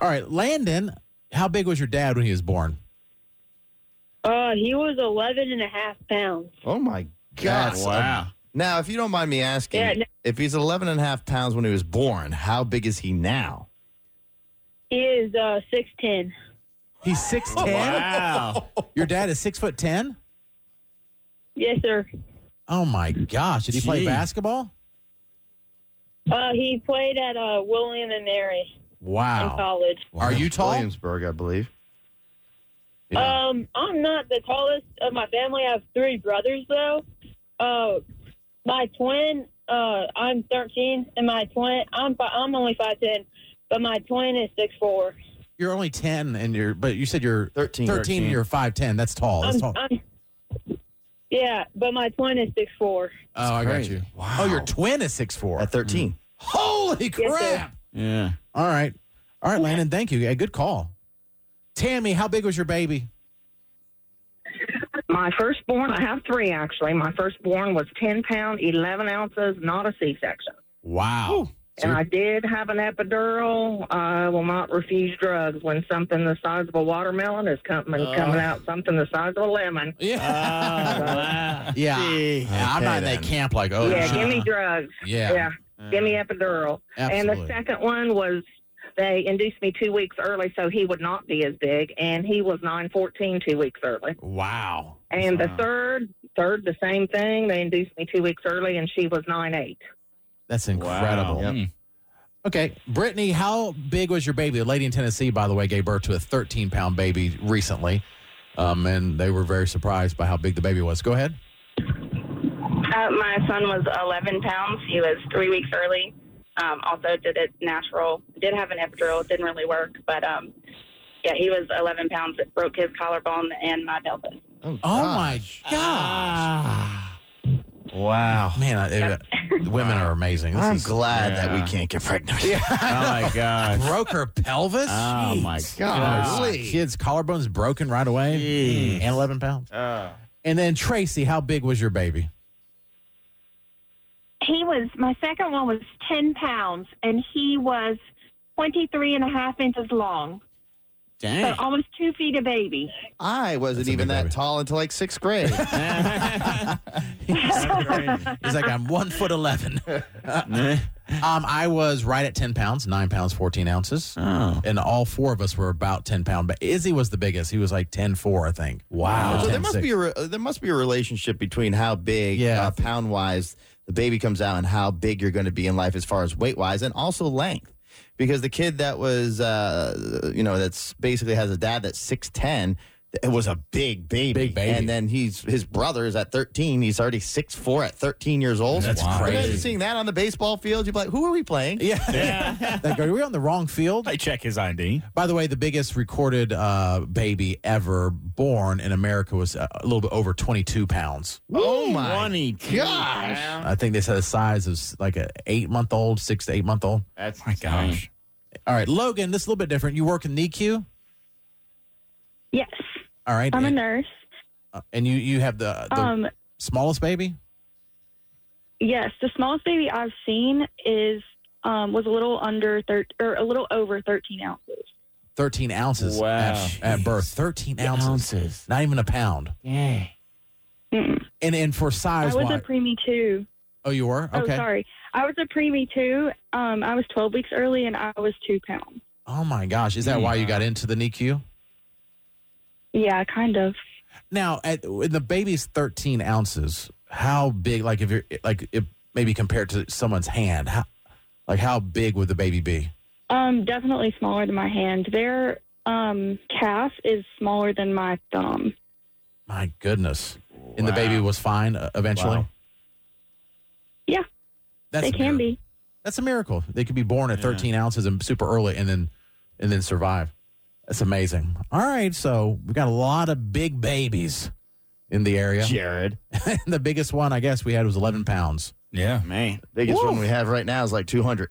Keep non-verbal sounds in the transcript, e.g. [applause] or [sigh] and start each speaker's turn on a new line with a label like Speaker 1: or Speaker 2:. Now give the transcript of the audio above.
Speaker 1: All right, Landon, how big was your dad when he was born?
Speaker 2: Uh, he was 11 and a half pounds.
Speaker 3: Oh my God!
Speaker 4: That's- wow.
Speaker 3: Now, if you don't mind me asking,
Speaker 2: Yeah, no-
Speaker 3: if he's 11 and a half pounds when he was born, how big is he now?
Speaker 2: He is uh 6'10".
Speaker 1: He's six ten.
Speaker 4: Wow.
Speaker 1: [laughs] Your dad is six foot ten.
Speaker 2: Yes, sir.
Speaker 1: Oh my gosh! Did he play
Speaker 4: Gee.
Speaker 1: basketball?
Speaker 2: Uh, he played at uh William and Mary in
Speaker 1: Wow.
Speaker 2: college.
Speaker 1: Are you tall?
Speaker 3: Williamsburg, I believe. Yeah.
Speaker 2: Um, I'm not the tallest of my family. I have three brothers though. Uh, my twin, uh, I'm 13, and my twin, I'm fi- I'm only 5'10", but my twin is 6'4".
Speaker 1: You're only ten, and you're but you said you're
Speaker 3: 13.
Speaker 1: thirteen. and You're five ten. That's tall. That's
Speaker 2: I'm,
Speaker 1: tall.
Speaker 2: I'm, yeah, but my twin is 6'4".
Speaker 1: oh, I got
Speaker 4: crazy.
Speaker 1: you.
Speaker 3: Wow.
Speaker 1: Oh, your twin is six four.
Speaker 3: At 13.
Speaker 1: Holy
Speaker 2: sir.
Speaker 1: crap!
Speaker 4: Yeah.
Speaker 1: All right, all right, Landon. Thank you. Yeah, good call. Tammy, how big was your baby?
Speaker 5: My firstborn, I have three actually. My firstborn was 10 pound, 11 ounces, not a C section.
Speaker 4: Wow.
Speaker 5: And I did have an epidural. I will not refuse drugs when something the size of a watermelon is coming
Speaker 4: Uh.
Speaker 5: coming out, something the size of a lemon.
Speaker 4: wow.
Speaker 1: Yeah. Yeah, I'm
Speaker 3: Okay,
Speaker 1: not in
Speaker 3: then.
Speaker 1: that camp like oh
Speaker 5: yeah,
Speaker 1: shit.
Speaker 5: give me drugs.
Speaker 1: yeah,
Speaker 5: Yeah, give me epidural.
Speaker 1: absolutely.
Speaker 5: And the second one was they induced me two weeks early, so he would not be as big, and he was 914 two weeks early.
Speaker 4: Wow.
Speaker 5: And
Speaker 4: Wow.
Speaker 5: the third, third, the same thing. They induced me two weeks early, and she was nine eight.
Speaker 1: That's incredible.
Speaker 4: Wow. Mm.
Speaker 1: Okay, Brittany, how big was your baby? The lady in Tennessee, by the way, gave birth to a 13 pound baby recently, um, and they were very surprised by how big the baby was. Go ahead.
Speaker 6: Uh, my son was 11 pounds. He was three weeks early. Um, also did it natural. Did have an epidural. It didn't really work, but um, yeah, he was 11 pounds. It broke his collarbone and my pelvis.
Speaker 3: Oh,
Speaker 1: Oh my gosh.
Speaker 4: Ah.
Speaker 3: Wow.
Speaker 1: Man, I, it- women are amazing. This
Speaker 3: I'm
Speaker 1: is-
Speaker 3: glad that we
Speaker 4: Yeah.
Speaker 3: can't get pregnant. [laughs]
Speaker 4: Oh
Speaker 1: [laughs]
Speaker 4: my gosh.
Speaker 1: broke her pelvis.
Speaker 4: Oh my
Speaker 3: Golly.
Speaker 4: gosh.
Speaker 1: Kid's collarbone's broken right away,
Speaker 4: Jeez.
Speaker 1: and 11 pounds.
Speaker 4: Oh.
Speaker 1: And then Tracy, how big was your [laughs] baby?
Speaker 7: he was my second one was 10 pounds and he was 23 and a half inches long so
Speaker 4: Dang.
Speaker 7: almost two feet a baby
Speaker 3: I wasn't
Speaker 1: That's a
Speaker 3: even
Speaker 1: big
Speaker 3: that
Speaker 1: baby.
Speaker 3: tall until like sixth grade.
Speaker 1: He's like, I'm one foot
Speaker 3: [laughs]
Speaker 1: 11. Um, I was right at 10 pounds, 9 pounds, 14 ounces.
Speaker 4: oh.
Speaker 1: and all four of us were about 10 pound but izzy was the biggest he was like 10 4 i think
Speaker 4: Wow.
Speaker 3: so there
Speaker 1: 10,
Speaker 3: must
Speaker 1: six.
Speaker 3: be a re- uh, there must be a relationship between how big,
Speaker 1: Yeah.
Speaker 3: uh, pound wise, the baby comes out, and how big you're going to be in life as far as weight wise, and also length. Because the kid that was, uh, you know, that's basically has a dad that's six ten. It was a big baby,
Speaker 1: Big baby.
Speaker 3: and then he's his brother is at thirteen. He's already six four at thirteen years old.
Speaker 1: That's Wow. crazy.
Speaker 3: Imagine seeing that on the baseball field, you'd be like, "Who are we playing?"
Speaker 1: yeah,
Speaker 4: Yeah.
Speaker 1: Like, are we on the wrong field
Speaker 4: [laughs] I check his ID.
Speaker 1: by the way the biggest recorded uh, baby ever born in america was uh, a little bit over 22 pounds
Speaker 3: Oh my
Speaker 4: 22
Speaker 3: gosh.
Speaker 4: pounds.
Speaker 1: i think they said the size is like a eight month old six to eight month old
Speaker 4: That's my gosh.
Speaker 1: all right logan this is a little bit different you work in nicu
Speaker 7: yes
Speaker 1: all right
Speaker 7: i'm a
Speaker 1: and,
Speaker 7: nurse
Speaker 1: uh, and you you have the, the
Speaker 7: um
Speaker 1: smallest baby
Speaker 7: yes the smallest baby i've seen is um was a little under thir- or a little over 13 ounces
Speaker 1: 13 ounces
Speaker 4: Wow.
Speaker 1: at, at birth 13 ounces. not even a pound
Speaker 4: Yeah.
Speaker 7: Mm.
Speaker 1: and and for
Speaker 7: i
Speaker 1: size
Speaker 7: was a
Speaker 1: wise
Speaker 7: preemie too
Speaker 1: oh you were
Speaker 7: oh
Speaker 1: okay
Speaker 7: sorry i was a preemie too um i was 12 weeks early and i was two pounds
Speaker 1: Oh my gosh, is that why you got into the NICU?
Speaker 7: yeah kind of
Speaker 1: Now, at when the baby's 13 ounces. How big? Like if you're like if maybe compared to someone's hand, how, like how big would the baby be?
Speaker 7: Um, definitely smaller than my hand. Their um calf is smaller than my thumb.
Speaker 1: My goodness! And the baby was fine uh, eventually.
Speaker 3: Wow.
Speaker 7: Yeah.
Speaker 1: that's
Speaker 7: they
Speaker 1: a
Speaker 7: can
Speaker 1: miracle.
Speaker 7: be.
Speaker 1: That's a miracle. They could be born at
Speaker 4: Yeah.
Speaker 1: 13 ounces and super early, and then and then survive. That's amazing. All right, so we got a lot of big babies in the area.
Speaker 3: Jared.
Speaker 1: [laughs] the biggest one I guess we had was 11 pounds.
Speaker 4: Yeah. Man.
Speaker 3: Biggest
Speaker 4: [laughs]
Speaker 3: one we have right now is like two hundred.